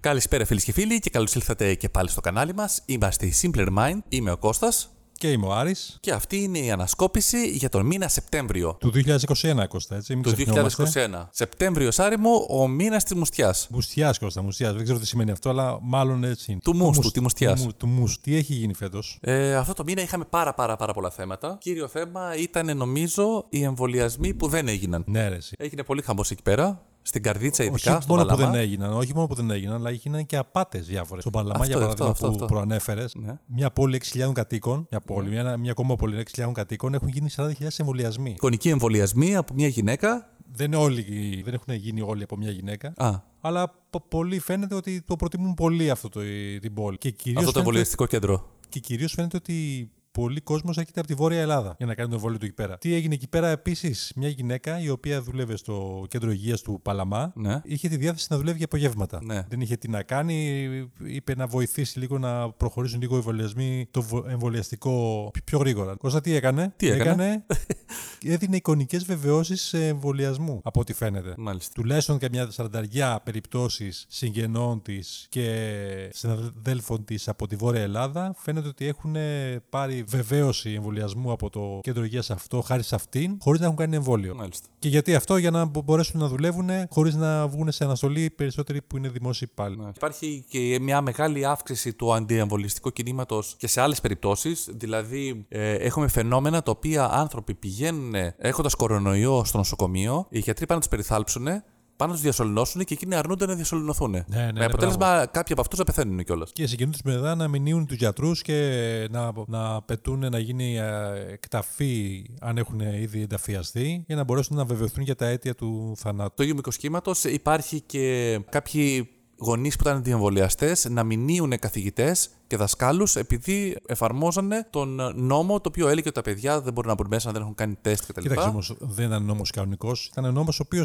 Καλησπέρα φίλες και φίλοι και καλώς ήλθατε και πάλι στο κανάλι μας. Είμαστε η Simpler Mind, είμαι ο Κώστας Και είμαι ο Άρης και αυτή είναι η ανασκόπηση για τον μήνα Σεπτέμβριο του 2021, Κώστα, έτσι. Μην του ξεχνιόμαστε. 2021. Σεπτέμβριος Άρη μου, ο μήνας της μουστιάς. Μουστιάς, Κώστα, μουστιάς. Δεν ξέρω τι σημαίνει αυτό, αλλά μάλλον έτσι είναι. Του μουστου, μουσ- τη μουστιάς. Του, μου- του μουστου. Τι έχει γίνει φέτος. Ε, αυτό το μήνα είχαμε πάρα πάρα πάρα πολλά θέματα. Κύριο θέμα ήταν νομίζω οι εμβολιασμοί που δεν έγιναν. Ναι, ρε, εσύ. Όχι Έγινε πολύ χαμός εκεί πέρα, στην καρδίτσα ειδικά, στον μόνο που Παλαμά. δεν έγιναν, όχι μόνο που δεν έγιναν, αλλά έγιναν και απάτες διάφορες. Στον Παλαμά, Αυτό, για παράδειγμα, αυτό, αυτό, που αυτό. προανέφερες, Ναι. μια πόλη 6.000 κατοίκων, μια, πόλη, μια, μια ακόμα πόλη 6.000 κατοίκων, έχουν γίνει 40.000 εμβολιασμοί. Εικονικοί εμβολιασμοί από μια γυναίκα. Δεν, όλοι, δεν έχουν γίνει όλοι από μια γυναίκα. Α, Αλλά πο- πολλοί φαίνεται ότι το προτιμούν πολύ αυτό το, η- την πόλη. Και κυρίως αυτό το φαίνεται- εμβολιαστικό κέντρο. Και κυρίως φαίνεται ότι πολλοί κόσμος έρχεται από τη Βόρεια Ελλάδα για να κάνει το εμβόλιο του εκεί πέρα. Τι έγινε εκεί πέρα επίσης, μια γυναίκα η οποία δούλευε στο κέντρο υγείας του Παλαμά. Ναι. Είχε τη διάθεση να δουλεύει για απογεύματα. Ναι. Δεν είχε τι να κάνει. Είπε να βοηθήσει λίγο να προχωρήσουν λίγο οι εμβολιασμοί, το βο- εμβολιαστικό π- πιο γρήγορα. Κώστα τι έκανε. Τι έκανε? έδινε εικονικές βεβαιώσεις εμβολιασμού, από ό,τι φαίνεται Μάλιστα. τουλάχιστον και μια σαρανταριά περιπτώσεις συγγενών της και συναδέλφων της από τη Βόρεια Ελλάδα. Φαίνεται ότι έχουν ε, πάρει βεβαίωση εμβολιασμού από το κέντρο υγείας αυτό, χάρη σε αυτήν, χωρίς να έχουν κάνει εμβόλιο. Μάλιστα. Και γιατί αυτό, για να μπο- μπορέσουν να δουλεύουν χωρίς να βγουν σε αναστολή οι περισσότεροι που είναι δημόσιοι υπάλληλοι. Ναι. Υπάρχει και μια μεγάλη αύξηση του αντιεμβολιστικού κινήματος και σε άλλες περιπτώσεις. Δηλαδή, ε, έχουμε φαινόμενα τα οποία άνθρωποι πηγαίνουν έχοντας κορονοϊό στο νοσοκομείο, οι γιατροί πάνε να τους περιθάλψουν, πάνε να του διασωληνώσουν και εκείνοι αρνούνται να διασωληνωθούν. ναι, με ναι, αποτέλεσμα, κάποιοι από αυτούς να πεθαίνουν κιόλας. Και συγκινούν τους μετά να μηνύουν τους γιατρούς και να, να πετούν να γίνει ε, εκταφή αν έχουν ε, ήδη ενταφιαστεί για να μπορέσουν να βεβαιωθούν για τα αίτια του θανάτου. Το ίδιο μικρό σχήματος υπάρχει και κάποιοι γονείς που ήταν αντιεμβολιαστέ να μηνύουν καθηγητές και δασκάλους επειδή εφαρμόζανε τον νόμο το οποίο έλεγε ότι τα παιδιά δεν μπορούν να μπουν μέσα αν δεν έχουν κάνει τεστ κτλ. Κοίταξε όμως, δεν ήταν νόμος κανονικός. Ήταν νόμος ο οποίος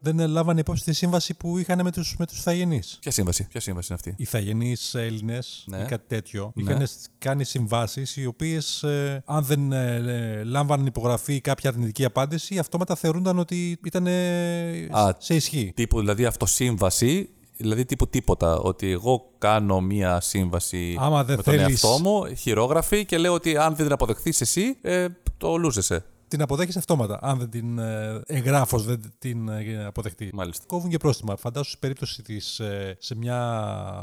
δεν έλαβαν υπόψη τη σύμβαση που είχαν με τους με τους ηθαγενεί. Ποια σύμβαση, ποια σύμβαση είναι αυτή. Οι ηθαγενεί Έλληνε Ναι. ή κάτι τέτοιο Ναι. είχαν κάνει συμβάσεις οι οποίες, αν δεν ε, ε, λάμβαναν υπογραφή ή κάποια αρνητική απάντηση, αυτόματα θεωρούνταν ότι ήταν ε, Α, σε ισχύ. Τύπου δηλαδή αυτοσύμβαση, δηλαδή τύπου τίποτα. Ότι εγώ κάνω μία σύμβαση Άμα δεν με τον θέλεις- εαυτό μου, χειρόγραφη και λέω ότι αν δεν την αποδεχθείς εσύ, ε, το λούζεσαι. Την αποδέχεσαι αυτόματα, αν δεν την ε, εγγράφως, δεν την ε, αποδεχτεί. Μάλιστα. Κόβουν και πρόστιμα. Φαντάσου στην περίπτωση της σε μια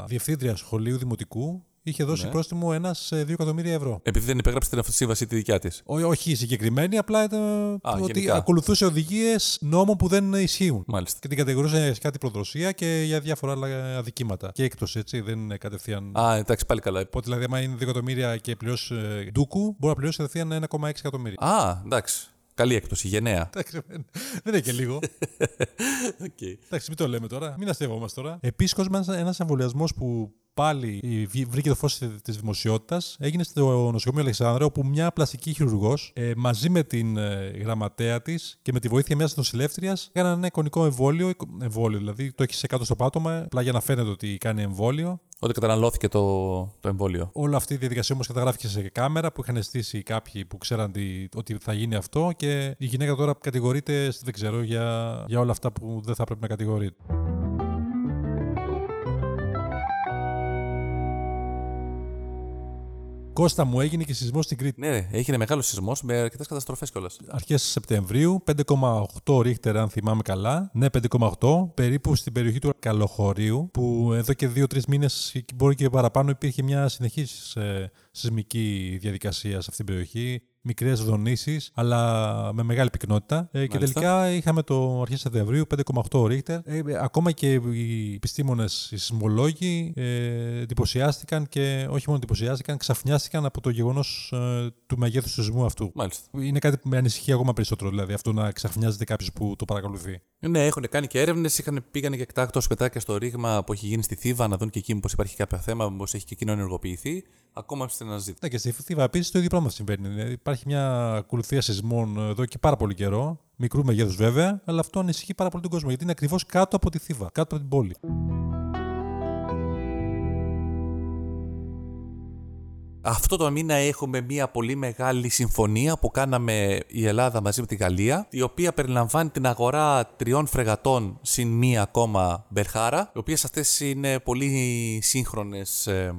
διευθύντρια σχολείου δημοτικού είχε δώσει πρόστιμο ένας 2 εκατομμύρια ευρώ. Επειδή δεν υπέγραψε την αυτοσύμβαση τη δικιά της. Ό, όχι η συγκεκριμένη, απλά ήταν ότι γενικά. ακολουθούσε οδηγίες νόμων που δεν ισχύουν. Μάλιστα. Και την κατηγορούσε σε κάτι προδοσία και για διάφορα άλλα αδικήματα. Και έκτος έτσι, δεν είναι κατευθείαν. Α, εντάξει, πάλι καλά. Οπότε δηλαδή, άμα είναι 2 εκατομμύρια και πληρώσει ε, ντούκου, μπορεί να πληρώσει κατευθείαν 1,6 εκατομμύρια. Α, εντάξει. Καλή έκπτωση, γενναία. Εντάξει, δεν- δεν είναι και λίγο. Okay. Εντάξει, μην το λέμε τώρα. Μην αστευόμαστε τώρα. Επίση, κόσμο, ένας εμβολιασμός που πάλι ε, βγή- βρήκε το φως της δημοσιότητας έγινε στο νοσοκομείο Αλεξάνδρα, όπου μια πλαστική χειρουργός μαζί με την ε, γραμματέα της και με τη βοήθεια μιας νοσηλεύτριας έκαναν ένα εικονικό εμβόλιο. εικο- εμβόλιο δηλαδή το έχει σε κάτω στο πάτωμα, απλά για να φαίνεται ότι κάνει εμβόλιο. Ότι καταναλώθηκε το, το εμβόλιο. Όλη αυτή η διαδικασία όμως καταγράφηκε σε κάμερα που είχαν στήσει κάποιοι που ξέραν τι- ότι θα γίνει αυτό και η γυναίκα τώρα κατηγορείται, δεν ξέρω, για, για όλα αυτά που δεν θα πρέπει να κατηγορείται. Κώστα μου έγινε και σεισμός στην Κρήτη. Ναι, ρε, έγινε μεγάλος σεισμός με αρκετές καταστροφές κιόλας. Αρχές Σεπτεμβρίου, 5,8 ρίχτερ αν θυμάμαι καλά. Ναι, 5,8, περίπου στην περιοχή του Καλοχωρίου, που εδώ και 2-3 μήνες, μπορεί και παραπάνω, υπήρχε μια συνεχής ε, σεισμική διαδικασία σε αυτήν την περιοχή. Μικρές δονήσεις, αλλά με μεγάλη πυκνότητα. Ε, και Μάλιστα. τελικά είχαμε το αρχές Σεπτεμβρίου 5,8 ρίχτερ. Ε, ε, ακόμα και οι επιστήμονες, οι σεισμολόγοι ε, εντυπωσιάστηκαν και όχι μόνο εντυπωσιάστηκαν, ξαφνιάστηκαν από το γεγονός του μεγέθους σεισμού αυτού. Μάλιστα. Είναι κάτι που με ανησυχεί ακόμα περισσότερο, δηλαδή αυτό να ξαφνιάζεται κάποιος που το παρακολουθεί. Ναι, έχουν κάνει και έρευνες. Πήγανε και εκτάκτο μετά και στο ρήγμα που έχει γίνει στη Θήβα να δουν και εκεί μήπως υπάρχει κάποιο θέμα, μήπως έχει και εκείνο ενεργοποιηθεί. Ακόμα στην αναζήτηση. Ναι, και στη Θήβα επίσης το ίδιο πράγμα συμβαίνει. Δηλαδή, Υπάρχει μια ακολουθία σεισμών εδώ και πάρα πολύ καιρό, μικρού μεγέθους βέβαια, αλλά αυτό ανησυχεί πάρα πολύ τον κόσμο γιατί είναι ακριβώς κάτω από τη Θήβα, κάτω από την πόλη. Αυτό το μήνα έχουμε μια πολύ μεγάλη συμφωνία που κάναμε η Ελλάδα μαζί με τη Γαλλία, η οποία περιλαμβάνει την αγορά τριών φρεγατών συν μία ακόμα Μπερχάρα, οι οποίες αυτές είναι πολύ σύγχρονες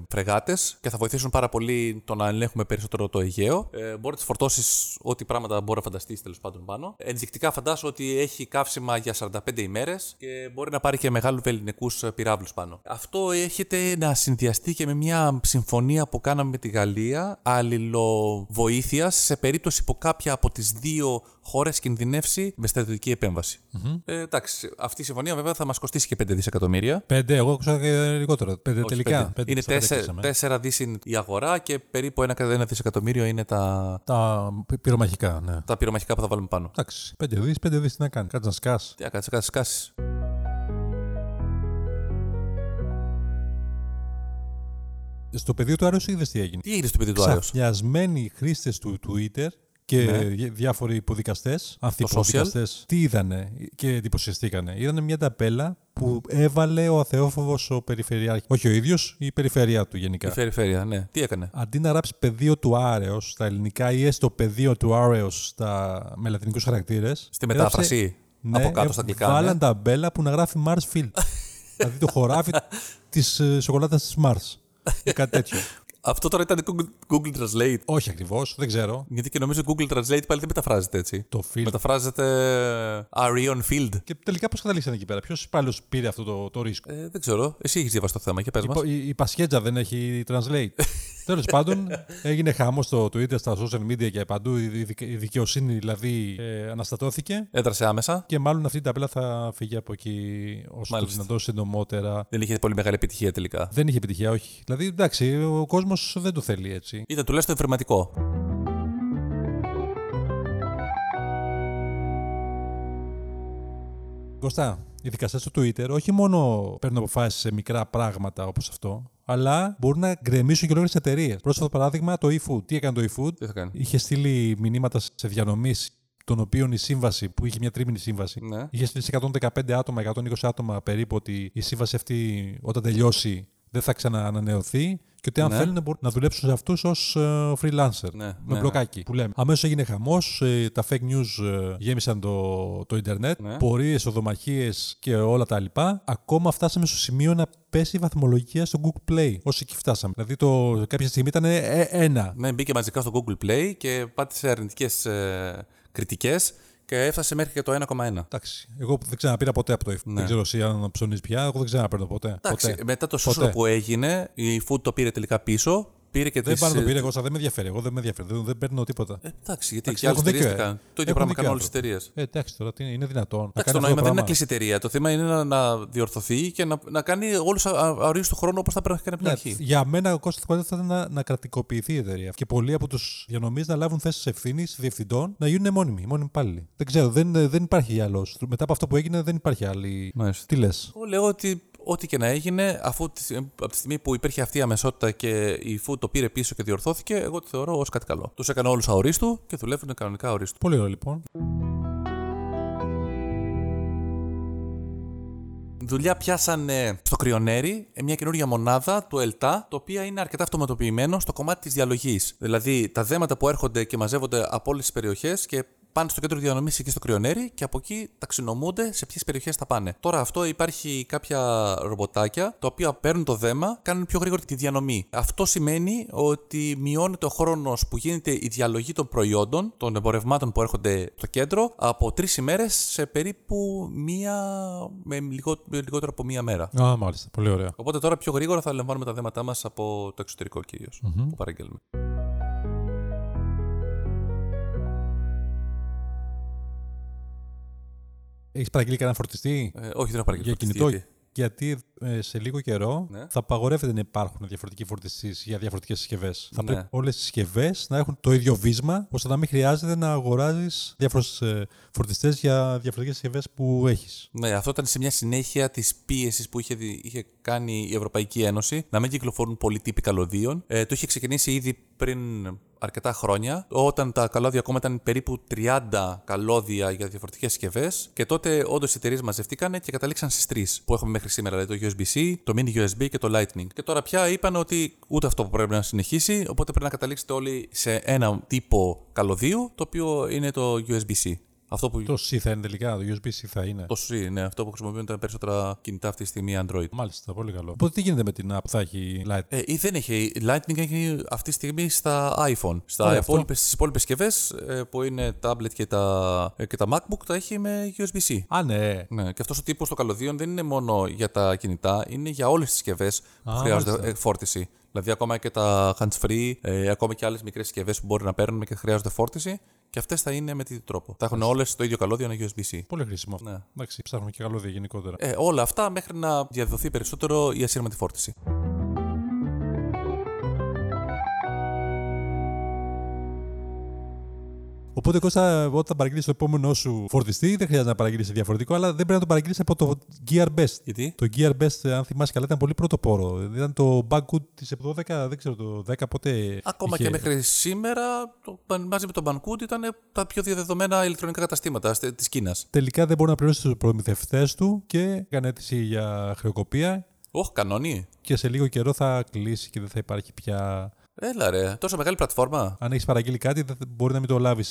φρεγάτες και θα βοηθήσουν πάρα πολύ το να ελέγχουμε περισσότερο το Αιγαίο. Ε, μπορεί να τις φορτώσεις ό,τι πράγματα μπορεί να φανταστείς τέλος πάντων πάνω. Ενδεικτικά φαντάσω ότι έχει καύσιμα για 45 ημέρες και μπορεί να πάρει και μεγάλους ελληνικού πυράβλους πάνω. Αυτό έχετε να συνδυαστεί και με μια συμφωνία που κάναμε με τη Γαλλία αλληλοβοήθεια σε περίπτωση που κάποια από τις δύο χώρες κινδυνεύσει με στρατιωτική επέμβαση. Μμμ. Ε, εντάξει, αυτή η συμφωνία βέβαια θα μας κοστίσει και 5 δισεκατομμύρια. Πέντε, εγώ άκουσα και λιγότερο. Πέντε Όχι, τελικά. πέντε. Πέντε, είναι στα πέντε κλείσαμε. 4, 4 δις είναι η αγορά και περίπου 1, δισεκατομμύριο είναι τα, Τα πυ- πυρομαχικά, ναι. τα πυρομαχικά που θα βάλουμε πάνω. Εντάξει, πέντε δις, πέντε δις τι να κάνει. Κάτσε να σκά. Τι να κάτσεις, κάτσεις, κάτσεις. Στο πεδίο του Άρεου είδες τι έγινε. Τι έγινε στο παιδί του Ναι. Άρεο. Ξαφνιασμένοι χρήστες του Twitter και δι- διάφοροι υποδικαστές, ανθυποδικαστές, τι είδανε και εντυπωσιαστήκανε. Είδανε μια ταπέλα που έβαλε ο αθεόφοβος ο Περιφερειάρχη. Όχι ο ίδιος, η περιφέρεια του γενικά. Περιφέρεια, ναι. Τι έκανε. Αντί να γράψει πεδίο του Άρεος στα ελληνικά ή έστω πεδίο του Άρεος στα με λατινικού χαρακτήρες. Στη μετάφραση. από κάτω στα αγγλικά. Βάλαν ναι. ταμπέλα που να γράφει Mars Field. δηλαδή το χωράφι της σοκολάτας της Mars. Ή κάτι τέτοιο. Αυτό τώρα ήταν Google, Google Translate. Όχι ακριβώς, δεν ξέρω. Γιατί και νομίζω Google Translate πάλι δεν μεταφράζεται έτσι. Το Field. Μεταφράζεται ε, Arion Field. Και τελικά πώς καταλήξαν εκεί πέρα. Ποιος υπάλληλο πήρε αυτό το, το ρίσκο. Ε, δεν ξέρω. Εσύ έχεις διαβάσει το θέμα και πε μα. Υπο- Η, η Πασχέτζα δεν έχει translate. Τέλος πάντων, έγινε χάμο στο Twitter, στα social media και παντού. Η, δικαι- η δικαιοσύνη δηλαδή ε, αναστατώθηκε. Έδρασε άμεσα. Και μάλλον αυτή η ταπέλα θα φύγει από εκεί όσο το Μάλιστα. δυνατόν συντομότερα. Δεν είχε πολύ μεγάλη επιτυχία τελικά. Δεν είχε επιτυχία, όχι. Δηλαδή, εντάξει, ο κόσμος δεν το θέλει έτσι. Ήταν τουλάχιστον ευρηματικό. Κωστά, οι δικαστές του Twitter όχι μόνο παίρνουν αποφάσεις σε μικρά πράγματα όπως αυτό, αλλά μπορούν να γκρεμίσουν και ολόκληρες εταιρείες. Πρόσφατο παράδειγμα, το eFood. Τι έκανε το eFood, Τι θα κάνει. είχε στείλει μηνύματα σε διανομής των οποίων η σύμβαση, που είχε μια τρίμηνη σύμβαση, Ναι. είχε στείλει σε 115 άτομα, 120 άτομα περίπου ότι η σύμβαση αυτή όταν τελειώσει δεν θα ξαναανανεωθεί και ότι αν Ναι. θέλουν μπορούν να δουλέψουν σε αυτούς ως freelancer. Ναι, με ναι, μπλοκάκι που λέμε. Αμέσως έγινε χαμός, τα fake news ε, γέμισαν το, το Ιντερνετ, Ναι. πορείες, οδομαχίες και όλα τα λοιπά. Ακόμα φτάσαμε στο σημείο να πέσει η βαθμολογία στο Google Play. Όσοι εκεί φτάσαμε. Δηλαδή το, κάποια στιγμή ήταν ε, ε, ένα. Ναι, μπήκε μαζικά στο Google Play και πάτησε αρνητικές κριτικές και έφτασε μέχρι και το 1,1. Εντάξει. Εγώ που δεν ξαναπήρα ποτέ από το F. Δεν ξέρω εσύ αν ψωνεί πια. Εγώ δεν ξαναπέρνω ποτέ. Εντάξει, ποτέ. μετά το σούσο Ποτέ. που έγινε, η Food το πήρε τελικά πίσω. Πήρε και Δεν τις, πάρω το ε, πήρε εγώ, σαν δεν με ενδιαφέρει. Εγώ δεν με ενδιαφέρει. Δεν, δεν παίρνω τίποτα. Ε, εντάξει, γιατί Εντάξει, και άλλες έχουν εταιρείες δίκιο, τι ε. κάνουν. Το ίδιο Έχουν πράγμα δίκιο κάνουν όλε τι άνθρωποι. εταιρείες. Ε, εντάξει τώρα, τι είναι, είναι δυνατόν. Εντάξει, το να νόημα κάνει δεν αυτό το είναι να πράγμα. κλείσει η εταιρεία. Το θέμα είναι να, να διορθωθεί και να, να κάνει όλους αορίου του χρόνου όπως θα πρέπει να κάνει από την Ναι, αρχή. για μένα ο Κώστας Κουαντέτα θα ήταν να, να κρατικοποιηθεί η εταιρεία. Και πολλοί από τους διανομή να λάβουν θέσεις ευθύνης διευθυντών να γίνουν μόνιμοι, μόνιμοι πάλι. Δεν ξέρω, δεν, δεν υπάρχει άλλος. Μετά από αυτό που έγινε, δεν υπάρχει άλλη. Μάλιστα. Τι λες. Εγώ λέω ότι ό,τι και να έγινε, αφού τη- από τη στιγμή που υπήρχε αυτή η αμεσότητα και η Food το πήρε πίσω και διορθώθηκε, εγώ το θεωρώ ως κάτι καλό. Τους έκανε όλους αορίστου και δουλεύουν κανονικά αορίστου. Πολύ ωραίο λοιπόν. Δουλειά πιάσανε στο Κρυονέρι ε, μια καινούργια μονάδα του ΕΛΤΑ, το οποία είναι αρκετά αυτοματοποιημένο στο κομμάτι της διαλογής. Δηλαδή, τα δέματα που έρχονται και μαζεύονται από όλες τις περιοχές και πάνε στο κέντρο διανομής εκεί στο Κρυονέρι και από εκεί ταξινομούνται σε ποιες περιοχές θα πάνε. Τώρα, αυτό υπάρχει κάποια ρομποτάκια τα οποία παίρνουν το δέμα, κάνουν πιο γρήγορη τη διανομή. Αυτό σημαίνει ότι μειώνεται ο χρόνος που γίνεται η διαλογή των προϊόντων, των εμπορευμάτων που έρχονται στο κέντρο, από τρεις ημέρες σε περίπου μία με λιγό- με λιγότερο από μία μέρα. Α, μάλιστα. Πολύ ωραίο. Οπότε τώρα πιο γρήγορα θα λαμβάνουμε τα δέματά μας από το εξωτερικό κυρίως, που παραγγέλνουμε. Έχεις παραγγείλει κανένα φορτιστή. Ε, όχι, δεν έχω παραγγείλει. για φωτιστή, κινητό. γιατί. Γιατί ε, σε λίγο καιρό Ναι. θα απαγορεύεται να υπάρχουν διαφορετικοί φορτιστέ για διαφορετικές συσκευές. Θα Ναι. πρέπει όλες οι συσκευές να έχουν το ίδιο βίσμα, ώστε να μην χρειάζεται να αγοράζεις διάφορου φορτιστές για διαφορετικές συσκευές που έχεις. Ναι, αυτό ήταν σε μια συνέχεια της πίεσης που είχε, δι- είχε κάνει η Ευρωπαϊκή Ένωση να μην κυκλοφορούν πολλοί τύποι καλωδίων. Ε, το είχε ξεκινήσει ήδη πριν αρκετά χρόνια, όταν τα καλώδια ακόμα ήταν περίπου 30 καλώδια για διαφορετικές συσκευές. Και τότε όντως οι εταιρείες μαζευτήκαν και καταλήξαν στις τρεις που έχουμε μέχρι σήμερα. Δηλαδή το USB-C, το mini USB και το Lightning. Και τώρα πια είπαν ότι ούτε αυτό που πρέπει να συνεχίσει, οπότε πρέπει να καταλήξετε όλοι σε ένα τύπο καλωδίου, το οποίο είναι το USB-C. Αυτό που Το C θα είναι τελικά, το USB-C θα είναι. το C, ναι, αυτό που χρησιμοποιούν τα περισσότερα κινητά αυτή τη στιγμή Android. Μάλιστα, πολύ καλό. Οπότε τι γίνεται με την app, θα έχει light. Ε, ή δεν έχει. Lightning έχει αυτή τη στιγμή στα iPhone. Ωραία, Στα Ναι, αυτό. υπόλοιπες, στις υπόλοιπες συσκευές ε, που είναι tablet και τα, ε, και τα MacBook τα έχει με USB-C. Α, ναι. Ναι, και αυτός ο τύπος των καλωδίων δεν είναι μόνο για τα κινητά, είναι για όλες τις συσκευές που Α, χρειάζονται μάλιστα. ε, φόρτιση. Δηλαδή, ακόμα και τα hands-free, ε, ακόμα και άλλες μικρές συσκευές που μπορεί να παίρνουν και χρειάζονται φόρτιση, και αυτές θα είναι με τι τρόπο. Θα έχουν όλες το ίδιο καλώδιο, ένα USB-C. Πολύ χρήσιμο αυτό. Ναι. Εντάξει, ψάχνουμε και καλώδια γενικότερα. Ε, όλα αυτά μέχρι να διαδοθεί περισσότερο η ασύρματη φόρτιση. Οπότε Κώστα, όταν παραγγείλεις το επόμενό σου φορτιστή, δεν χρειάζεται να παραγγείλεις διαφορετικό, αλλά δεν πρέπει να το παραγγείλεις από το Gear Best. Γιατί? Το Gear Best, αν θυμάσαι καλά, ήταν πολύ πρωτοπόρο. Ήταν το Banggood της 12, δεν ξέρω το 10 πότε. Ακόμα είχε. και μέχρι σήμερα, το, Ban- μαζί με τον Bancood ήταν τα πιο διαδεδομένα ηλεκτρονικά καταστήματα της Κίνας. Τελικά δεν μπορεί να πληρώσει τους προμηθευτές του και έκανε αίτηση για χρεοκοπία Όχι, κανόνι. και σε λίγο καιρό θα κλείσει και δεν θα υπάρχει πια. Έλα ρε, τόσο μεγάλη πλατφόρμα. Αν έχεις παραγγείλει κάτι, δεν- μπορεί να μην το λάβεις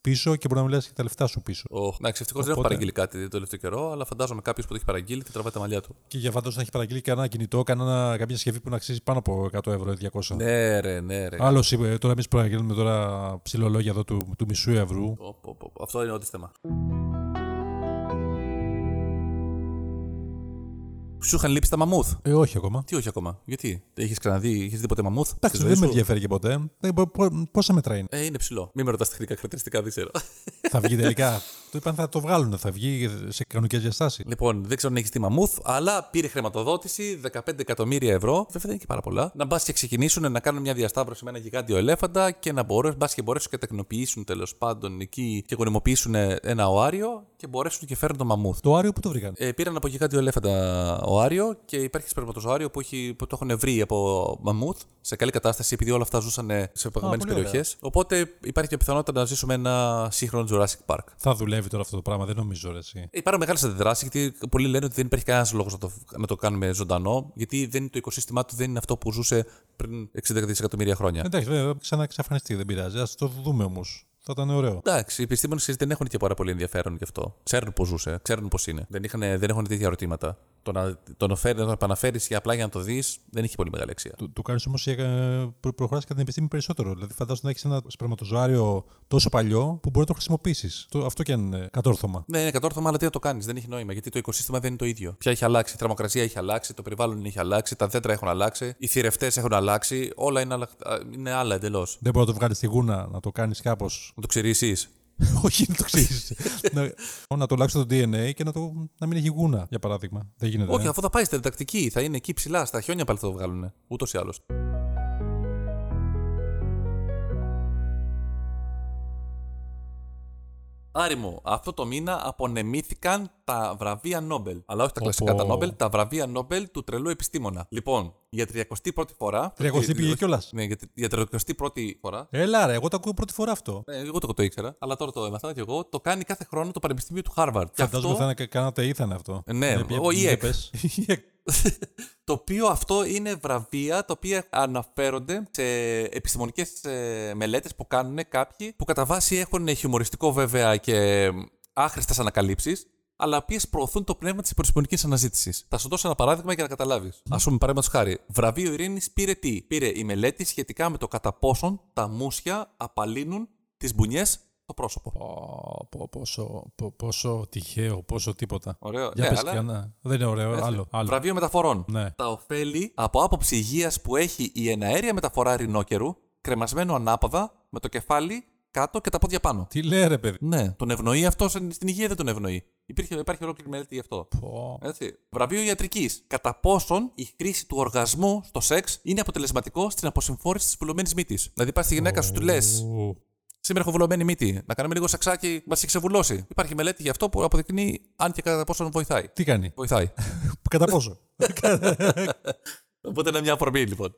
πίσω και μπορεί να μιλάσει και τα λεφτά σου πίσω. Ωχ, εντάξει, ευτυχώς δεν έχω Οπότε- παραγγείλει κάτι το τελευταίο καιρό, αλλά φαντάζομαι κάποιος που το έχει παραγγείλει και τραβάει τα μαλλιά του. Και για φαντάζομαι να έχει παραγγείλει κανένα κινητό, κανένα, κάποια συσκευή που να αξίζει πάνω από 100 ευρώ ή 200. Ναι, ρε, ναι, ρε. Άλλο είπε, τώρα εμείς παραγγέλνουμε τώρα ψηλολόγια εδώ του, του μισού ευρώ. Πω, πω, πω, πω. Αυτό είναι ό,τι θέμα. Σου είχαν λείψει τα μαμούθ. Ε, όχι ακόμα. Τι όχι ακόμα, γιατί. Είχε ξαναδεί, είχε δει ποτέ μαμούθ. στη Εντάξει, ζωή δεν με σου? ενδιαφέρει και ποτέ. Ε, πο- πο- Πόσα μέτρα είναι. Ε, είναι ψηλό. Μην με ρωτάς τεχνικά χαρακτηριστικά, δεν ξέρω. θα βγει τελικά. το είπαν θα το βγάλουν, θα βγει σε κανονικές διαστάσεις. Λοιπόν, δεν ξέρω αν έχεις τη Μαμούθ, αλλά πήρε χρηματοδότηση 15 εκατομμύρια ευρώ. Βέβαια δεν είναι και πάρα πολλά. Να μπας και ξεκινήσουν να κάνουν μια διασταύρωση με ένα γιγάντιο ελέφαντα και να μπορέσουν, μπας και μπορέσουν και τεκνοποιήσουν τέλος πάντων εκεί και γονιμοποιήσουν ένα οάριο και μπορέσουν και φέρουν το Μαμούθ. Το Άριο που το βρήκαν. Ε, πήραν από γιγάντιο ελέφαντα οάριο και υπάρχει σπερματοζωάριο που, έχει, που το έχουν βρει από μαμούθ σε καλή κατάσταση επειδή όλα αυτά ζούσαν σε παγωμένες πολύ ωραία. περιοχές. Οπότε υπάρχει και πιθανότητα να ζήσουμε ένα σύγχρονο Jurassic Park. Θα δουλεύει τώρα αυτό το πράγμα, δεν νομίζω ρε, εσύ. Υπάρχουν μεγάλες αντιδράσεις γιατί πολλοί λένε ότι δεν υπάρχει κανένας λόγος να το, να το κάνουμε ζωντανό, γιατί δεν είναι το οικοσύστημά του δεν είναι αυτό που ζούσε πριν 60 δισεκατομμύρια χρόνια. Εντάξει, βέβαια, ξαναξαφανιστεί, δεν πειράζει. Ας το δούμε όμως. Θα ήταν ωραίο. Εντάξει, οι επιστήμονες δεν έχουν και πάρα πολύ ενδιαφέρον γι' αυτό. Ξέρουν πώ ζούσε, ξέρουν πώς είναι. Δεν, είχαν, δεν έχουν τέτοια ερωτήματα. Το να τον φέρει- να τον επαναφέρει απλά για να το δεις δεν έχει πολύ μεγάλη αξία. Το, το κάνεις όμως ε, προ, προχωράς κατά την επιστήμη περισσότερο. Δηλαδή, φαντάζομαι να έχεις ένα σπερματοζωάριο τόσο παλιό που μπορεί να το χρησιμοποιήσεις. Αυτό και αν είναι κατόρθωμα. Ναι, είναι κατόρθωμα, αλλά τι να το κάνεις. Δεν έχει νόημα γιατί το οικοσύστημα δεν είναι το ίδιο. Πια έχει αλλάξει. Η θερμοκρασία έχει αλλάξει, το περιβάλλον έχει αλλάξει, τα δέντρα έχουν αλλάξει, οι θηρευτές έχουν αλλάξει. Όλα είναι, αλλα... α, είναι άλλα εντελώς. Δεν μπορεί να το βγάλεις στη γούνα, να το κάνεις κάπως. Να το ξηρίσει. Όχι, να το ξέρεις. να, να το αλλάξει το DNA και να, το, να μην έχει γούνα, για παράδειγμα. Δεν γίνεται. Όχι, ε. αφού θα πάει στην τακτική, θα είναι εκεί ψηλά, στα χιόνια πάλι θα το βγάλουν. Ούτως ή άλλως. Άρη μου, αυτό το μήνα απονεμήθηκαν τα βραβεία Νόμπελ. Αλλά όχι τα κλασικά Οπό. τα Νόμπελ, τα βραβεία Νόμπελ του τρελού επιστήμονα. Λοιπόν, για 31η φορά. 30η πήγε κιόλας. Ναι, για- για 31η φορά. Έλα, ρε, εγώ το ακούω πρώτη φορά αυτό. Ε, εγώ το, το ήξερα, αλλά τώρα το έμαθα και εγώ. Το κάνει κάθε χρόνο το Πανεπιστήμιο του Χάρβαρντ. Και Φαντάζομαι αυτό- θα είναι κα- κανένα τεΐθανε αυτό. Ναι, ο μην ΙΕΚ. πες. ΙΕΚ. Το οποίο αυτό είναι βραβεία τα οποία αναφέρονται σε επιστημονικές μελέτες που κάνουν κάποιοι που κατά βάση έχουν χιουμοριστικό βέβαια και άχρηστες ανακαλύψεις, αλλά οποίες προωθούν το πνεύμα της επιστημονικής αναζήτησης. Θα σου δώσω ένα παράδειγμα για να καταλάβεις. Ας πούμε, παραδείγματος χάρη, βραβείο Ειρήνης πήρε τι. Πήρε η μελέτη σχετικά με το κατά πόσον τα μουσια απαλύνουν τις μπουνιές στο πρόσωπο. Πω, πω, πόσο, πω, πόσο τυχαίο, πόσο τίποτα. Ωραίο. Για Ναι, πες αλλά- κανένα. Δεν είναι ωραίο, άλλο. άλλο. Βραβείο μεταφορών. Ναι. Τα ωφέλη από άποψη υγείας που έχει η εναέρια μεταφορά ρινόκερου, κρεμασμένο ανάποδα, με το κεφάλι κάτω και τα πόδια πάνω. Τι λέει ρε παιδί. Ναι, τον ευνοεί αυτό, σε- στην υγεία δεν τον ευνοεί. Υπήρχε, υπάρχει ολόκληρη μελέτη γι' αυτό. Πω. Έτσι. Βραβείο ιατρικής. Κατά πόσον η χρήση του οργασμού στο σεξ είναι αποτελεσματικό στην αποσυμφόρηση της βουλωμένη μύτης. Δηλαδή, πας στη γυναίκα σου, του λε: Ου. Σήμερα έχω βουλωμένη μύτη. Να κάνουμε λίγο σαξάκι, μας έχει ξεβουλώσει. Υπάρχει μελέτη γι' αυτό που αποδεικνύει αν και κατά πόσον βοηθάει. Τι κάνει, Βοηθάει. κατά πόσο. Οπότε είναι μια αφορμή λοιπόν.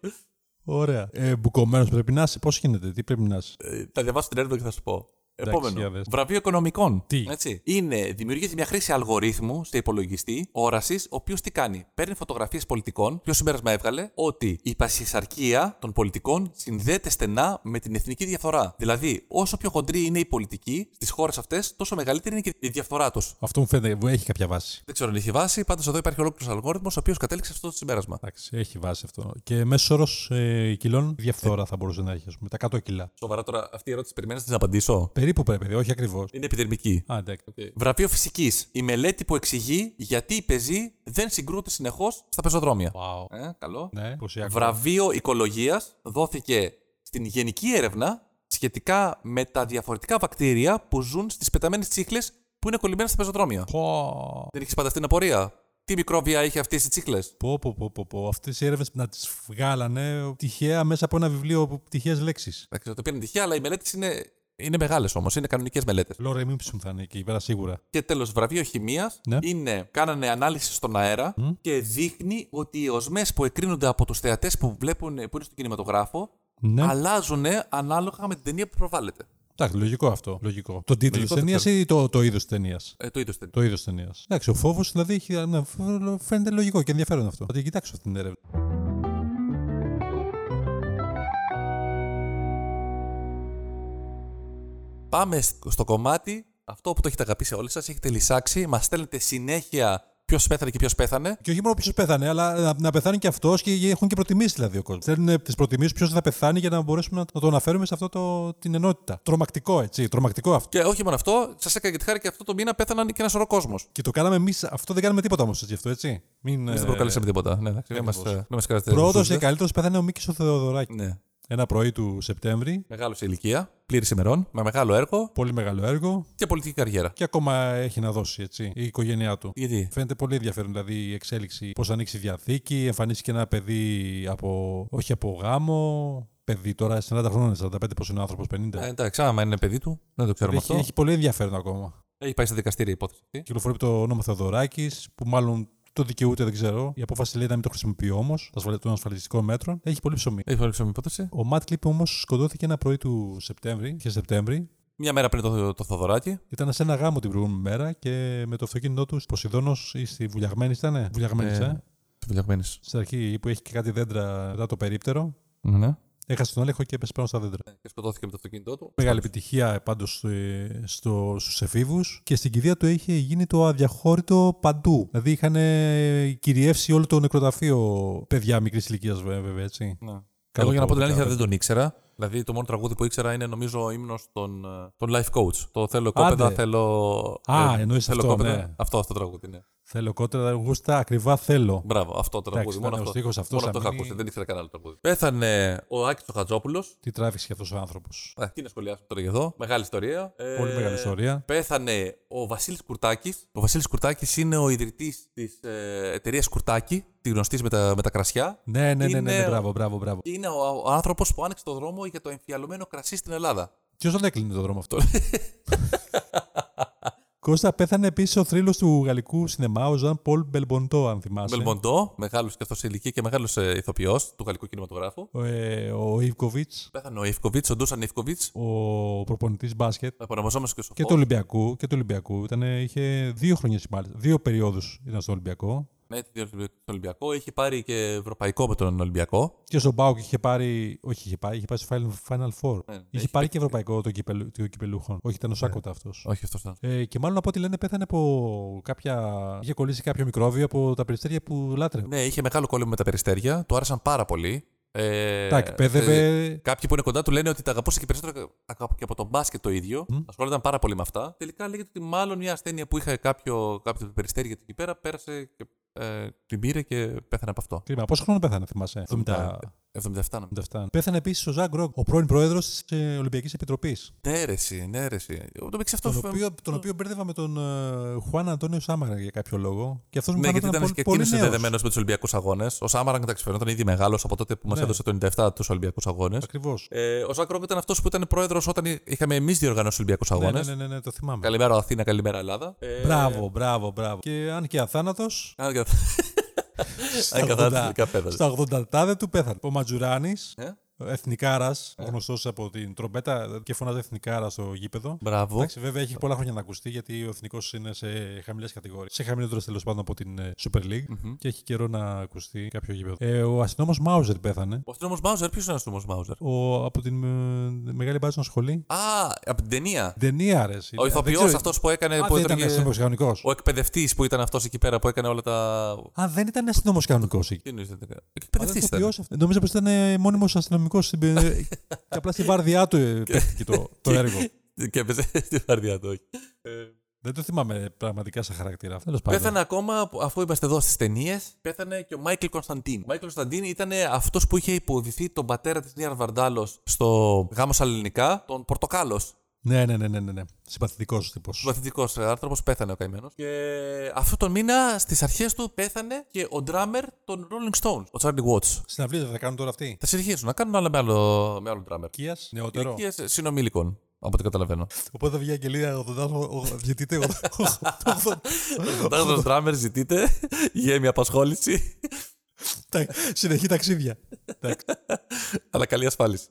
Ωραία. Ε, Μπουκωμένος πρέπει να είσαι. Πώς γίνεται, τι πρέπει να είσαι. Ε, θα διαβάσω την έρευνα και θα σου πω. Εντάξει, Επόμενο. για δες. βραβείο οικονομικών. Τι? Έτσι. Είναι, δημιουργείται μια χρήση αλγορίθμου σε υπολογιστή όρασης, ο οποίος τι κάνει. Παίρνει φωτογραφίες πολιτικών. Ποιο συμπέρασμα έβγαλε ότι η πασισαρκία των πολιτικών συνδέεται στενά με την εθνική διαφορά. Δηλαδή, όσο πιο χοντρή είναι η πολιτική στις χώρες αυτές, τόσο μεγαλύτερη είναι και η διαφορά τους. Αυτό μου φαίνεται έχει κάποια βάση. Δεν ξέρω αν έχει βάση. Πάντως εδώ υπάρχει ολόκληρος αλγόριθμος ο οποίος κατέληξε σε αυτό το συμπέρασμα. Εντάξει, έχει βάση αυτό. Και μέσο όρο ε, κιλών διαφθορά θα μπορούσε να έχει, ας πούμε, τα 100 κιλά. Σοβαρά τώρα, αυτή η ερώτηση περιμένεις να την απαντήσω. Περίπου πρέπει, όχι ακριβώς. Είναι επιδερμική. Α, εντάξει. Βραβείο φυσικής. Η μελέτη που εξηγεί γιατί οι πεζοί δεν συγκρούνται συνεχώς στα πεζοδρόμια. Wow. Ε, καλό. Ναι, εντυπωσιακό. Βραβείο οικολογίας δόθηκε στην γενική έρευνα σχετικά με τα διαφορετικά βακτήρια που ζουν στις πεταμένες τσίχλες που είναι κολλημένα στα πεζοδρόμια. Πω. Δεν έχεις φανταστεί την απορία. Τι μικρόβια είχε αυτέ οι τσίχλες. Πω, πω, πω, πω, πω. Αυτές οι έρευνες να τις βγάλανε τυχαία μέσα από ένα βιβλίο τυχαίες λέξεις. Εντάξει, το πήραν τυχαία, αλλά οι μελέτε είναι, είναι μεγάλες όμως. Είναι κανονικές μελέτες. Λόρε, μην θα είναι εκεί πέρα σίγουρα. Και τέλος, βραβείο χημίας Ναι. είναι. Κάνανε ανάλυση στον αέρα και δείχνει ότι οι οσμές που εκρίνονται από τους θεατές που βλέπουν που είναι στον κινηματογράφο Ναι. αλλάζουν ανάλογα με την ταινία που προβάλλεται. Εντάξει, λογικό αυτό. Λογικό. Το τίτλος τη Λογικό ταινία το ή το, το είδος της ταινίας. Ε, το είδος ταινίας. Το είδος ταινίας. Εντάξει, ο φόβος δηλαδή έχει, ναι, φ- φαίνεται λογικό και ενδιαφέρον αυτό. Θα την κοιτάξω αυτή την έρευνα. Πάμε σ- στο κομμάτι αυτό που το έχετε αγαπήσει όλοι σας, έχετε λυσάξει, μας στέλνετε συνέχεια ποιος πέθανε και ποιος πέθανε. Και όχι μόνο ποιος πέθανε, αλλά να, να πεθάνει και αυτός και έχουν και προτιμήσεις δηλαδή ο κόσμος. Θέλουν τις προτιμήσεις ποιος θα πεθάνει για να μπορέσουμε να, να το αναφέρουμε σε αυτό το, την ενότητα. Τρομακτικό έτσι. Τρομακτικό αυτό. Και όχι μόνο αυτό, σας έκανα και τη χάρη και αυτό το μήνα πέθαναν και ένα σωρό κόσμος. Και το κάναμε εμείς. Αυτό δεν κάναμε τίποτα όμως γι' αυτό, έτσι. Μην. Εμείς δεν προκαλέσαμε τίποτα. Ναι, εντάξει, δεν Ε, ακριβώς. μας κρατήσατε. Πρώτος και καλύτερος πέθανε ο Μίκης ο Θεοδωράκης. Ναι. Ένα πρωί του Σεπτέμβρη. Μεγάλος σε ηλικία, πλήρης ημερών, με μεγάλο έργο Πολύ μεγάλο έργο. και πολιτική καριέρα. Και ακόμα έχει να δώσει έτσι, η οικογένειά του. Γιατί. Φαίνεται πολύ ενδιαφέρον δηλαδή η εξέλιξη. Πώς ανοίξει η διαθήκη, εμφανίστηκε ένα παιδί από, όχι από γάμο. Παιδί τώρα 40 χρόνια, 45 πώς είναι ο άνθρωπος, 50. Ε, εντάξει, άμα είναι παιδί του, δεν το ξέρουμε έχει, αυτό. έχει πολύ ενδιαφέρον ακόμα. Έχει πάει στα δικαστήρια η υπόθεση. αυτή. Κυκλοφορεί από το όνομα Θεοδωράκης, που μάλλον το δικαιούται, δεν ξέρω. Η απόφαση λέει να μην το χρησιμοποιεί όμως, των ασφαλιστικών μέτρων. Έχει πολύ ψωμί. Έχει πολύ ψωμί η υπόθεση. Ο Ματ Κλίπ όμως σκοτώθηκε ένα πρωί του Σεπτέμβρη, είχε Σεπτέμβρη. Μια μέρα πριν το, το Θοδωράκι. Ήταν σε ένα γάμο την προηγούμενη μέρα και με το αυτοκίνητό τους Ποσειδόνο ή στη Βουλιαγμένη ήταν. Βουλιαγμένης, Ε. ε. Βουλιαγμένης. Στην αρχή που έχει και κάτι δέντρα μετά το περίπτερο. Ναι. Έχασε τον έλεγχο Ε, και έπεσε πάνω στα δέντρα. Και σκοτώθηκε με το αυτοκίνητό του. Μεγάλη επιτυχία πάντω στο, στους εφήβους και στην κηδεία του είχε γίνει το αδιαχώρητο παντού. Δηλαδή είχαν ε, κυριεύσει όλο το νεκροταφείο παιδιά μικρής ηλικίας, βέβαια έτσι. Ναι. Εγώ Καλό για να το πω την αλήθεια κάνω. δεν τον ήξερα. Δηλαδή το μόνο τραγούδι που ήξερα είναι νομίζω ο ύμνος των, ε, των life coach. Το θέλω Άντε. κόπεδα, θέλω. Α, ε, εννοείς θέλω αυτό, κόπεδα. ναι. Αυτό, αυτό το τραγούδι. Ναι. Θέλω κότερα, γούστα, ακριβά θέλω. Μπράβο, αυτό το τραγούδι. ήταν μόνο ο αυτό. στίχος αυτός, μόνο αυτό είχα αμήν. ακούσει. Δεν ήξερα κανένα άλλο τραγούδι. Πέθανε ο Άκης ο Χατζόπουλος. Τι τράβηξε αυτός ο άνθρωπος. Τι να σχολιάσουμε τώρα για εδώ. Μεγάλη ιστορία. Ε, Ε. Πολύ μεγάλη ιστορία. Πέθανε ο Βασίλης Κουρτάκης. Ο Βασίλης Κουρτάκης είναι ο ιδρυτής της ε, εταιρείας Κουρτάκη, τη γνωστής με τα, με τα κρασιά. Ναι, ναι, ναι, ναι, Είναι- ναι, μπράβο, μπράβο, μπράβο. Και είναι ο, ο άνθρωπος που άνοιξε το δρόμο για το εμφιαλωμένο κρασί στην Ελλάδα. Ποιος τον έκλεινε τον δρόμο αυτό. Κώστα, πέθανε επίσης ο θρύλος του γαλλικού σινεμά, ο Ζαν Πολ Μπελμοντό, αν θυμάσαι. Μπελμοντό, μεγάλο και αυτό σε ηλικία και μεγάλος ηθοποιός του γαλλικού κινηματογράφου. Ο, ε, ο Ιβκοβιτ, Πέθανε ο Ιφκοβίτ, ο Ντούσαν Ιφκοβίτ, ο προπονητής μπάσκετ παρανομαζόμενο και ο και του Ολυμπιακού. Και του Ολυμπιακού. Ήταν, είχε δύο χρονιές μάλιστα. Δύο περιόδους ήταν στο Ολυμπιακό. Ναι, τον Ολυμπιακό. Έχει πάρει και ευρωπαϊκό με τον Ολυμπιακό. Και στον Μπάουκ είχε πάρει. Όχι, είχε πάρει, είχε πάρει στο Final- Final Four. Ναι, είχε έχει πάρει και ευρωπαϊκό το κυπελου, το κυπελούχων. Όχι, ήταν ο Σάκοτα αυτός. Όχι, αυτός ήταν. Ε, και μάλλον από ό,τι λένε πέθανε από κάποια. είχε κολλήσει κάποιο μικρόβιο από τα περιστέρια που λάτρευε. Ναι, είχε μεγάλο κόλλημα με τα περιστέρια. Του άρεσαν πάρα πολύ. Ε, Εντάξει, πέδευε. ε, Κάποιοι που είναι κοντά του λένε ότι τα αγαπούσε και περισσότερο ακα- και από τον μπάσκετ το ίδιο. Ασχολόταν πάρα πολύ με αυτά. Τελικά λέγεται ότι μάλλον μια ασθένεια που είχε κάποιο, κάποιο περιστέρι εκεί πέρα πέρασε και ε, την πήρε και πέθανε από αυτό. Κρίμα. Πόσο χρόνο πέθανε, θυμάσαι. 77. 77 νομίζω. 77. Πέθανε επίσης ο Ζαν Γκρόγκ, ο πρώην πρόεδρος της Ολυμπιακής Επιτροπής. Ναι, ρε, εσύ, ναι, ρε, εσύ. Το μεταξύ αυτό. Τον, οποίο, τον οποίο μπέρδευα με τον ε, Χουάν Αντώνιο Σάμαγρα για κάποιο λόγο. Και αυτός μου Ναι, γιατί φαίνεται ήταν πολύ, και πολύ εκείνος νέος. συνδεδεμένος με τους Ολυμπιακούς Αγώνες. Ο Σάμαραν, εντάξει, φαινόταν ήδη μεγάλος από τότε που μας Ναι. έδωσε το 97 τους Ολυμπιακούς Αγώνες. Ακριβώς. Ε, ο Ζακ Ρόμπ ήταν αυτός που ήταν πρόεδρος όταν είχαμε εμείς διοργανώσει Ολυμπιακούς Ναι, Αγώνες. ναι, ναι, ναι, ναι, το θυμάμαι. Καλημέρα Αθήνα, καλημέρα Ελλάδα. Ε, Μπράβο, μπράβο, μπράβο. Και αν και αθάνατος, α, για- στα Ακαθαρτικά 80 πέθανε. στα 80 τάδε του πέθανε. Ο Ματζουράνης, Ε? εθνικάρα, γνωστός από την τρομπέτα και φωνάζει εθνικάρα στο γήπεδο. Μπράβο. Εντάξει, βέβαια έχει πολλά χρόνια να ακουστεί γιατί ο εθνικός είναι σε χαμηλές κατηγορίες. Σε χαμηλότερε τέλος πάντων από την ε, Super League και έχει καιρό να ακουστεί κάποιο γήπεδο. Ε, ο αστυνόμος Μάουζερ πέθανε. Ο αστυνόμος Μάουζερ, ποιος είναι ο αστυνόμος Μάουζερ. Ο, από την ε, μεγάλη μπάζα σχολή. Α, από την ταινία. Ταινία, ρε. εσύ. Ο Ε, Δεν ηθοποιός ξέρω- αυτός που έκανε. Α, που δεν ήταν έτρωγε- αστυνομικός κανονικός. Ο εκπαιδευτής που ήταν αυτός εκεί πέρα που έκανε όλα τα. Α, δεν ήταν αστυνόμο κανονικό. Τι εννοείς, δεν ήταν. Εκπαιδευτή Εκπαιδευτής ήταν. Νομίζω πως ήταν ε, μόνιμος αστυνομικός. ε, και απλά στη βάρδιά του ε, παίχτηκε το, το έργο. Και έπαιζε στη βαρδιά του, όχι. Ε, Δεν το θυμάμαι πραγματικά σαν χαρακτήρα. Τέλος πάντων. Πέθανε ακόμα, αφού είμαστε εδώ στις ταινίες, πέθανε και ο Μάικλ Κωνσταντίν. Ο Μάικλ Κωνσταντίν ήταν αυτός που είχε υποδηθεί τον πατέρα της Νίαρ Βαρδάλο στο γάμο στα ελληνικά, τον Πορτοκάλος. Ναι, ναι, ναι, ναι. ναι, ναι. Συμπαθητικός τύπο. Βαθητικό άνθρωπος, πέθανε ο καημένος. Και αυτό τον μήνα στις αρχές του πέθανε και ο drummer των Rolling Stones, ο Charlie Watts. Συναυλίε δεν θα κάνουν τώρα αυτοί. Θα συνεχίσουν να κάνουν, αλλά με άλλο, με άλλο drummer. Ηλικίας νεότερο. Ηλικίε συνομήλικων, από ό,τι καταλαβαίνω. Οπότε θα βγει η αγγελία 80. Διαιτητή 80. Κοιτάξτε, drummer ζητείτε, γέμια απασχόληση, Τα- Συνεχή ταξίδια. Εντάξει. αλλά καλή ασφάλιση.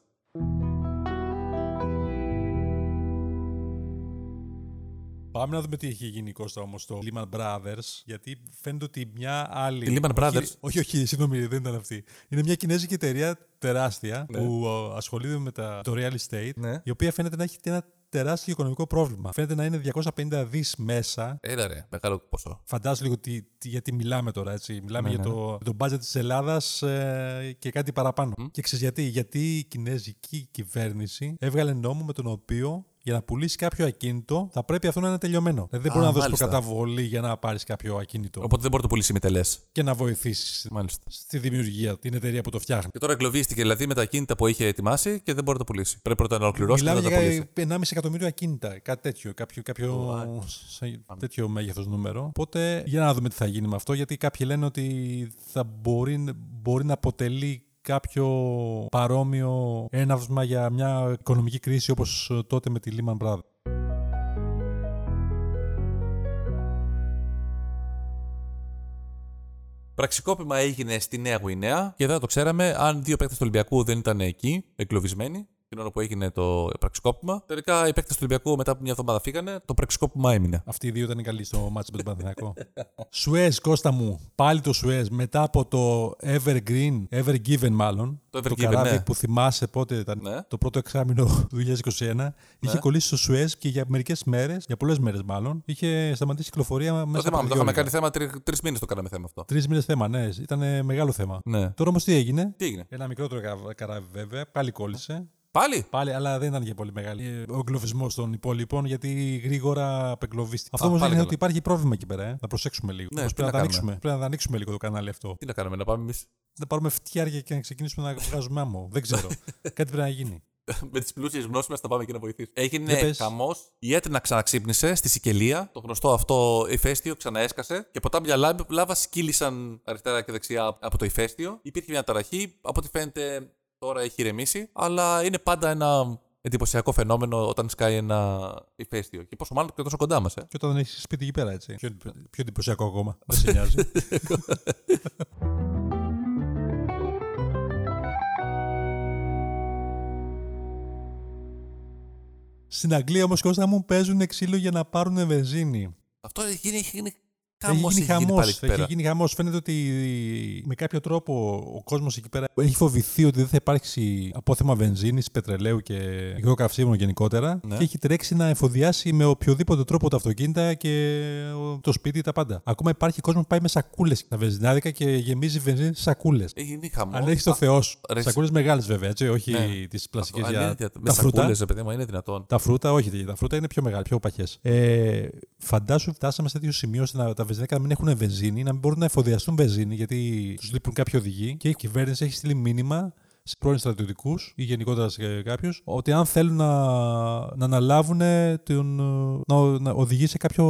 Πάμε να δούμε τι έχει γίνει Κώστα όμως στο Lehman Brothers. Γιατί φαίνεται ότι μια άλλη. Η Lehman Brothers. Όχι, όχι, όχι, συγγνώμη, δεν ήταν αυτή. Είναι μια κινέζικη εταιρεία τεράστια που ε, ασχολείται με τα, το real estate. Ναι. Η οποία φαίνεται να έχει ένα τεράστιο οικονομικό πρόβλημα. Φαίνεται να είναι 250 δις μέσα. Έλα ρε, μεγάλο ποσό. Φαντάζομαι λίγο τι, τι- γιατί μιλάμε τώρα, έτσι. Μιλάμε Ναι, για ναι. το, το budget της Ελλάδας ε, και κάτι παραπάνω. Και ξέρεις γιατί. Γιατί η κινέζικη κυβέρνηση έβγαλε νόμο με τον οποίο για να πουλήσεις κάποιο ακίνητο θα πρέπει αυτό να είναι τελειωμένο. Δηλαδή δεν Α, μπορεί να δώσεις μάλιστα. καταβολή για να πάρεις κάποιο ακίνητο Οπότε δεν μπορεί να το πουλήσεις μητελέ. και να βοηθήσεις Μάλιστα. στη δημιουργία την εταιρεία που το φτιάχνει. Και τώρα εγκλωβίστηκε δηλαδή με τα κίνητα που είχε ετοιμάσει και δεν μπορεί να το πουλήσει. Πρέπει πρώτα να ολοκληρώσει και Μιλάμε μετά να τα πουλήσει. για 1,5 εκατομμύριο ακίνητα, κάτι τέτοιο, κάποιο, κάποιο σε- τέτοιο μέγεθος νούμερο. Οπότε για να δούμε τι θα γίνει με αυτό, γιατί κάποιοι λένε ότι θα μπορεί, μπορεί να αποτελεί κάποιο παρόμοιο έναυσμα για μια οικονομική κρίση όπως ε, τότε με τη Lehman Brothers. Πραξικόπημα έγινε στη Νέα Γουινέα και δεν το ξέραμε αν δύο παίκτες του Ολυμπιακού δεν ήταν εκεί, εγκλωβισμένοι, την ώρα που έγινε το πραξικόπημα. Τελικά οι παίκτες του Ολυμπιακού μετά από μια εβδομάδα φύγανε, το πραξικόπημα έμεινε. Αυτοί οι δύο ήταν καλοί στο μάτσο με τον Παναθηναϊκό. Σουέζ, Κώστα μου, πάλι το Σουέζ, μετά από το Evergreen, Evergiven μάλλον, Το Evergiven, καράβι ναι. που θυμάσαι πότε ήταν Ναι. το πρώτο εξάμεινο του 2021, είχε κολλήσει στο Σουέζ και για μερικές μέρες, για πολλές μέρες μάλλον, είχε σταματήσει η κυκλοφορία μέσα Το από θυμάμαι, το Γεώργιο. είχαμε κάνει θέμα τρεις μήνες το κάναμε θέμα αυτό. Τρεις μήνες θέμα, ναι, ήταν μεγάλο θέμα. Ναι. Τώρα όμως τι έγινε, Τι έγινε. ένα μικρότερο κα- καράβι βέβαια, πάλι κόλλησε, Πάλι! Πάλι, αλλά δεν ήταν για πολύ μεγάλη. ε, Ο εγκλωβισμός των υπόλοιπων, γιατί γρήγορα απεγκλωβίστηκε. Αυτό Α, όμως πάλι καλά. δείχνει ότι υπάρχει πρόβλημα εκεί πέρα. Ε. Να προσέξουμε λίγο. Ναι, Όπως τι πρέπει, να να τα κάνουμε. ανοίξουμε. πρέπει να τα ανοίξουμε λίγο το κανάλι αυτό. Τι να κάνουμε, να πάμε εμείς Να πάρουμε φτιάρια και να ξεκινήσουμε να βγάζουμε άμμο. δεν ξέρω. Κάτι πρέπει να γίνει. με τις πλούσιες γνώσεις μας, θα πάμε εκεί να βοηθήσουμε. Για Έγινε πες. χαμός. Η Έτνα ξαναξύπνησε στη Σικελία. Το γνωστό αυτό ηφαίστειο ξαναέσκασε. Και ποτάμια λάβ- λάβα σκύλησαν αριστερά και δεξιά από το ηφαίστειο. Υπήρχε μια ταραχή. Από ό,τι φαίνεται τώρα έχει ηρεμήσει. Αλλά είναι πάντα ένα εντυπωσιακό φαινόμενο όταν σκάει ένα ηφαίστειο. Και πόσο μάλλον και τόσο κοντά μας. Ε. Και όταν έχεις σπίτι εκεί πέρα, έτσι. Πιο, πιο εντυπωσιακό ακόμα. δεν σε νοιάζει. Στην Αγγλία όμως, Κώστα μου, παίζουν ξύλο για να πάρουν βενζίνη. Αυτό έχει γίνει- έχει γίνει Έχει χαμό. γίνει χαμός. πάλι εκεί Έχει πέρα. γίνει χαμός. Φαίνεται ότι με κάποιο τρόπο ο κόσμος εκεί πέρα έχει φοβηθεί ότι δεν θα υπάρξει απόθεμα βενζίνης, πετρελαίου και υγροκαυσίμων γενικότερα. Ναι. Και έχει τρέξει να εφοδιάσει με οποιοδήποτε τρόπο τα αυτοκίνητα και το σπίτι, τα πάντα. Ακόμα υπάρχει κόσμος που πάει με σακούλες στα βενζινάδικα και γεμίζει βενζίνη σε σακούλες. Έχει γίνει χαμό. Αν έχει το Θεός. ρε, Σακούλες μεγάλες βέβαια, έτσι, όχι Ναι. τις πλαστικέ Α, για είναι- Με τα φρούτα. σακούλες, παιδί μου, είναι δυνατόν. Τα φρούτα, όχι, τα φρούτα είναι πιο μεγάλα, πιο παχές. Ε, φαντάσου, φτάσαμε σε τέτοιο σημείο ώστε να, τα βενζινέκα να μην έχουν βενζίνη, να μην μπορούν να εφοδιαστούν βενζίνη γιατί τους λείπουν κάποιοι οδηγοί και η κυβέρνηση έχει στείλει μήνυμα σε πρώην στρατιωτικούς ή γενικότερα σε κάποιους, ότι αν θέλουν να, να αναλάβουν τον, να, να οδηγεί σε κάποιο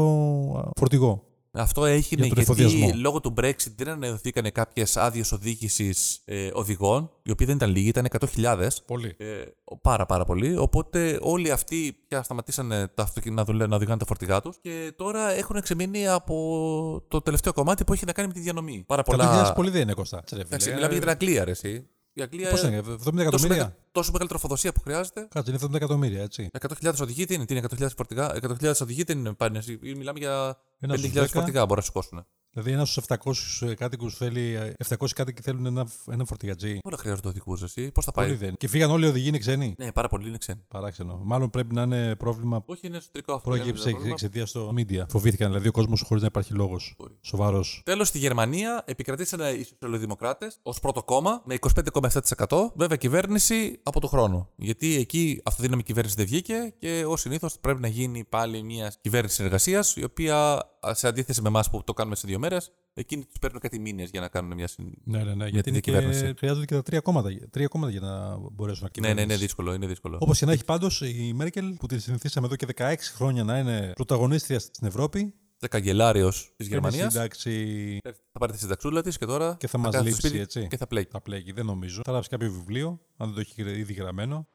φορτηγό. Αυτό έγινε Για τον γιατί εφοδιασμό. λόγω του Brexit δεν ανανεωθήκαν κάποιες άδειες οδήγησης ε, οδηγών, οι οποίοι δεν ήταν λίγοι, ήταν 100.000. Πολύ. Ε, πάρα πάρα πολύ. Οπότε όλοι αυτοί πια σταματήσαν τα αυτοκίνητα να, δουλεύουν, να οδηγάνε τα φορτηγά τους και τώρα έχουν ξεμείνει από το τελευταίο κομμάτι που έχει να κάνει με τη διανομή. Πάρα πολλά. 100.000 πολύ δεν είναι Κώστα. Τσε, ρε, φίλε. ε, Εντάξει, μιλάμε για την Αγγλία, ρε, εσύ. Η Αγγλία Πώς ε, είναι, 70 τόσο, μεγάλη, εκατομμύρια. τόσο μεγάλη τροφοδοσία που χρειάζεται. Κάτσε, είναι 70 εκατομμύρια, έτσι. 100.000 οδηγοί τι είναι, τι είναι 100.000 φορτηγά. 100.000 οδηγοί δεν είναι πάνε. εσύ. Μιλάμε για Ένα στους 50.000 δέκα. φορτηγά μπορεί να σηκώσουν. Δηλαδή, ένας στους 700 κάτοικους θέλει. ε, 700 κάτοικοι θέλουν ένα, ένα φορτηγατζή. Όλα χρειάζονται οδηγούς, εσύ. Πώς θα πάει. Πολύ δεν. Και φύγαν όλοι οι οδηγοί, είναι ξένοι. Ναι, πάρα πολύ είναι ξένοι. Παράξενο. Μάλλον πρέπει να είναι πρόβλημα που Όχι, είναι εσωτερικό αυτό. προέκυψε εξαιτία στο media. Φοβήθηκαν δηλαδή ο κόσμος χωρίς να υπάρχει λόγος. Μπορεί. Σοβαρός. Τέλος, στη Γερμανία επικρατήσαν οι σοσιαλδημοκράτες ως πρώτο κόμμα με 25,7%. Βέβαια, κυβέρνηση από το χρόνο. Γιατί εκεί αυτοδύναμη κυβέρνηση δεν βγήκε και ως συνήθως πρέπει να γίνει πάλι μια κυβέρνηση συνεργασία, η οποία σε αντίθεση με εμάς που το κάνουμε σε δύο μέρες, εκείνοι τους παίρνουν κάτι μήνες για να κάνουν μια συν... Ναι, ναι, ναι. Γιατί την είναι και, κυβέρνηση. χρειάζονται και τα τρία κόμματα, τρία κόμματα για να μπορέσουν Ναι, ναι, να κυβερνήσουν. είναι δύσκολο. Είναι δύσκολο. Όπως και να έχει πάντως, η Μέρκελ που τη συνηθίσαμε εδώ και 16 χρόνια να είναι πρωταγωνίστρια στην Ευρώπη. Ο καγκελάριο τη Γερμανία. Γερμανία. Σύνταξη Θα πάρει τη συνταξούλα της και τώρα. και θα μα κάθεται στο λείψει, σπίτι έτσι. Και θα πλέκει. Τα πλέγει, δεν νομίζω. Θα γράψει κάποιο βιβλίο, αν δεν το έχει γρα- ήδη γραμμένο.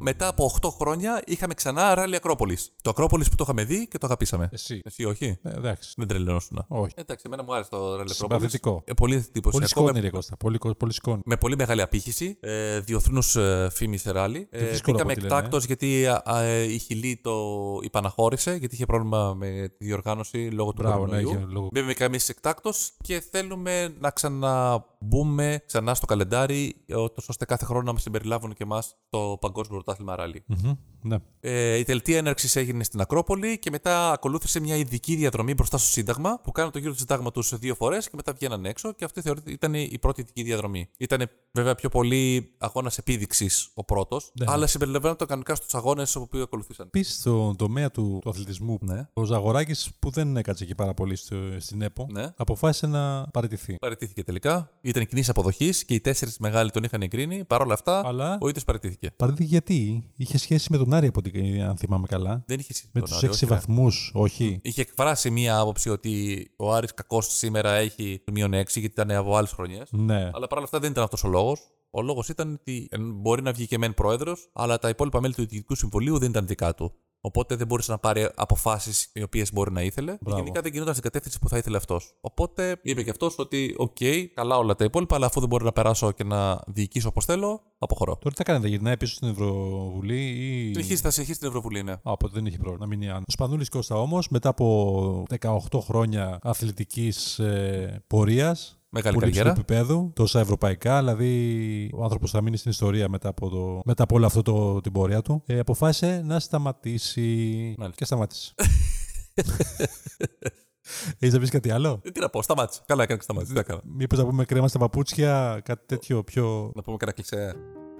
Μετά από 8 χρόνια είχαμε ξανά ράλι Ακρόπολη. Το Ακρόπολη που το είχαμε δει και το αγαπήσαμε. Εσύ. Εσύ, όχι. Ε, εντάξει. Δεν τρελαινόσουνα. Όχι. Εντάξει, εμένα μου άρεσε το ράλι Ακρόπολη. Συμπαθητικό. Ε, πολύ εντυπωσιακό. Πολύ με, σκόνη, ρε Κώστα. Πολύ, κο- πολύ σκόνη. Λοιπόν, με πολύ μεγάλη απήχηση. Ε, Διοθρύνου ε, φήμη σε ράλι. Ε, δύσκολο Πήγαμε από ό,τι λένε, εκτάκτο γιατί α, α, ε, η Χιλή το υπαναχώρησε, γιατί είχε πρόβλημα με τη διοργάνωση λόγω του Μπράβο, ναι, κορονοϊού. είχε λόγο. Μπήκαμε και εμείς εκτάκτο και θέλουμε να ξαναμπούμε ξανά στο καλεντάρι, ε, ούτως ώστε κάθε χρόνο να μας συμπεριλάβουν και εμάς το Παγκόσμιο Πρωτάθλημα Ράλι. Μμμ, Ναι. Ε, η τελετή έναρξης έγινε στην Ακρόπολη και μετά ακολούθησε μια ειδική διαδρομή μπροστά στο Σύνταγμα που κάνανε το γύρο του Συντάγματο δύο φορές και μετά βγαίνανε έξω και αυτή θεωρείται ήταν η πρώτη ειδική διαδρομή. Ήταν βέβαια πιο πολύ αγώνας επίδειξης ο πρώτος, Ναι. αλλά συμπεριλαμβάνονταν κανονικά στους αγώνες που ακολουθήσαν. Επίση, στον τομέα του, του αθλητισμού, Ναι. ο Ζαγοράκης που δεν έκατσε εκεί πάρα πολύ στο- στην ΕΠΟ, Ναι. αποφάσισε να παραιτηθεί. Παραιτήθηκε τελικά. Ήταν κοινή αποδοχής και οι τέσσερις μεγάλοι τον είχαν εγκρίνει. Παρ' όλα αυτά, Αλλά ο ίδιος παραιτήθηκε. παραιτήθηκε γιατί είχε σχέση με τον Άρη, από ό,τι αν θυμάμαι καλά. Δεν είχε συζητήσει Με τον τους Άρη, 6 όχι, ναι. βαθμούς, όχι. Είχε εκφράσει μία άποψη ότι ο Άρης κακός σήμερα έχει μείον 6 γιατί ήταν από άλλες χρονιές. Ναι. Αλλά παρόλα αυτά δεν ήταν αυτός ο λόγος. Ο λόγος ήταν ότι εν- μπορεί να βγει και μεν πρόεδρος, αλλά τα υπόλοιπα μέλη του Διοικητικού Συμβουλίου δεν ήταν δικά του. Οπότε δεν μπορούσε να πάρει αποφάσεις οι οποίες μπορεί να ήθελε. Και Μπράβο. γενικά δεν κινούνταν στην κατεύθυνση που θα ήθελε αυτός. Οπότε είπε και αυτός ότι, οκ, καλά όλα τα υπόλοιπα, αλλά αφού δεν μπορώ να περάσω και να διοικήσω όπως θέλω, αποχωρώ. Τώρα τι θα κάνει, θα γυρνάει πίσω στην Ευρωβουλή ή. Συνεχίζει, θα συνεχίσει στην Ευρωβουλή, ναι. Α, οπότε δεν έχει πρόβλημα να μείνει άνω. Ο Σπανούλης Κώστα όμως, μετά από 18 χρόνια αθλητικής ε, πορείας, Μεγάλη πολύ υψηλού καριέρα. επίπεδου, τόσα ευρωπαϊκά, δηλαδή ο άνθρωπος θα μείνει στην ιστορία μετά από, το, μετά από όλο αυτό το, την πορεία του, ε, αποφάσισε να σταματήσει. Μάλιστα. Και σταμάτησε. Έχει να πεις κάτι άλλο. Ε, Τι να πω, σταμάτησε. Καλά έκανε και σταμάτησε. Τι να κάνω. Μήπως να πούμε κρέμα στα παπούτσια, κάτι τέτοιο πιο. Να πούμε κανένα κλεισέ.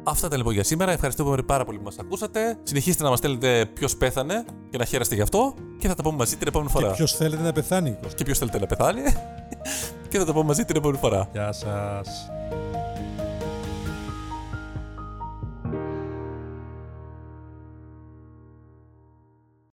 Αυτά ήταν λοιπόν για σήμερα. Ευχαριστούμε πάρα πολύ που μας ακούσατε. Συνεχίστε να μας στέλνετε ποιος πέθανε και να χαίρεστε γι' αυτό. Και θα τα πούμε μαζί την επόμενη φορά. Και ποιος θέλετε να πεθάνει, Κώστα. και ποιος θέλετε να πεθάνει. και θα τα πω μαζί την επόμενη φορά. Γεια σας.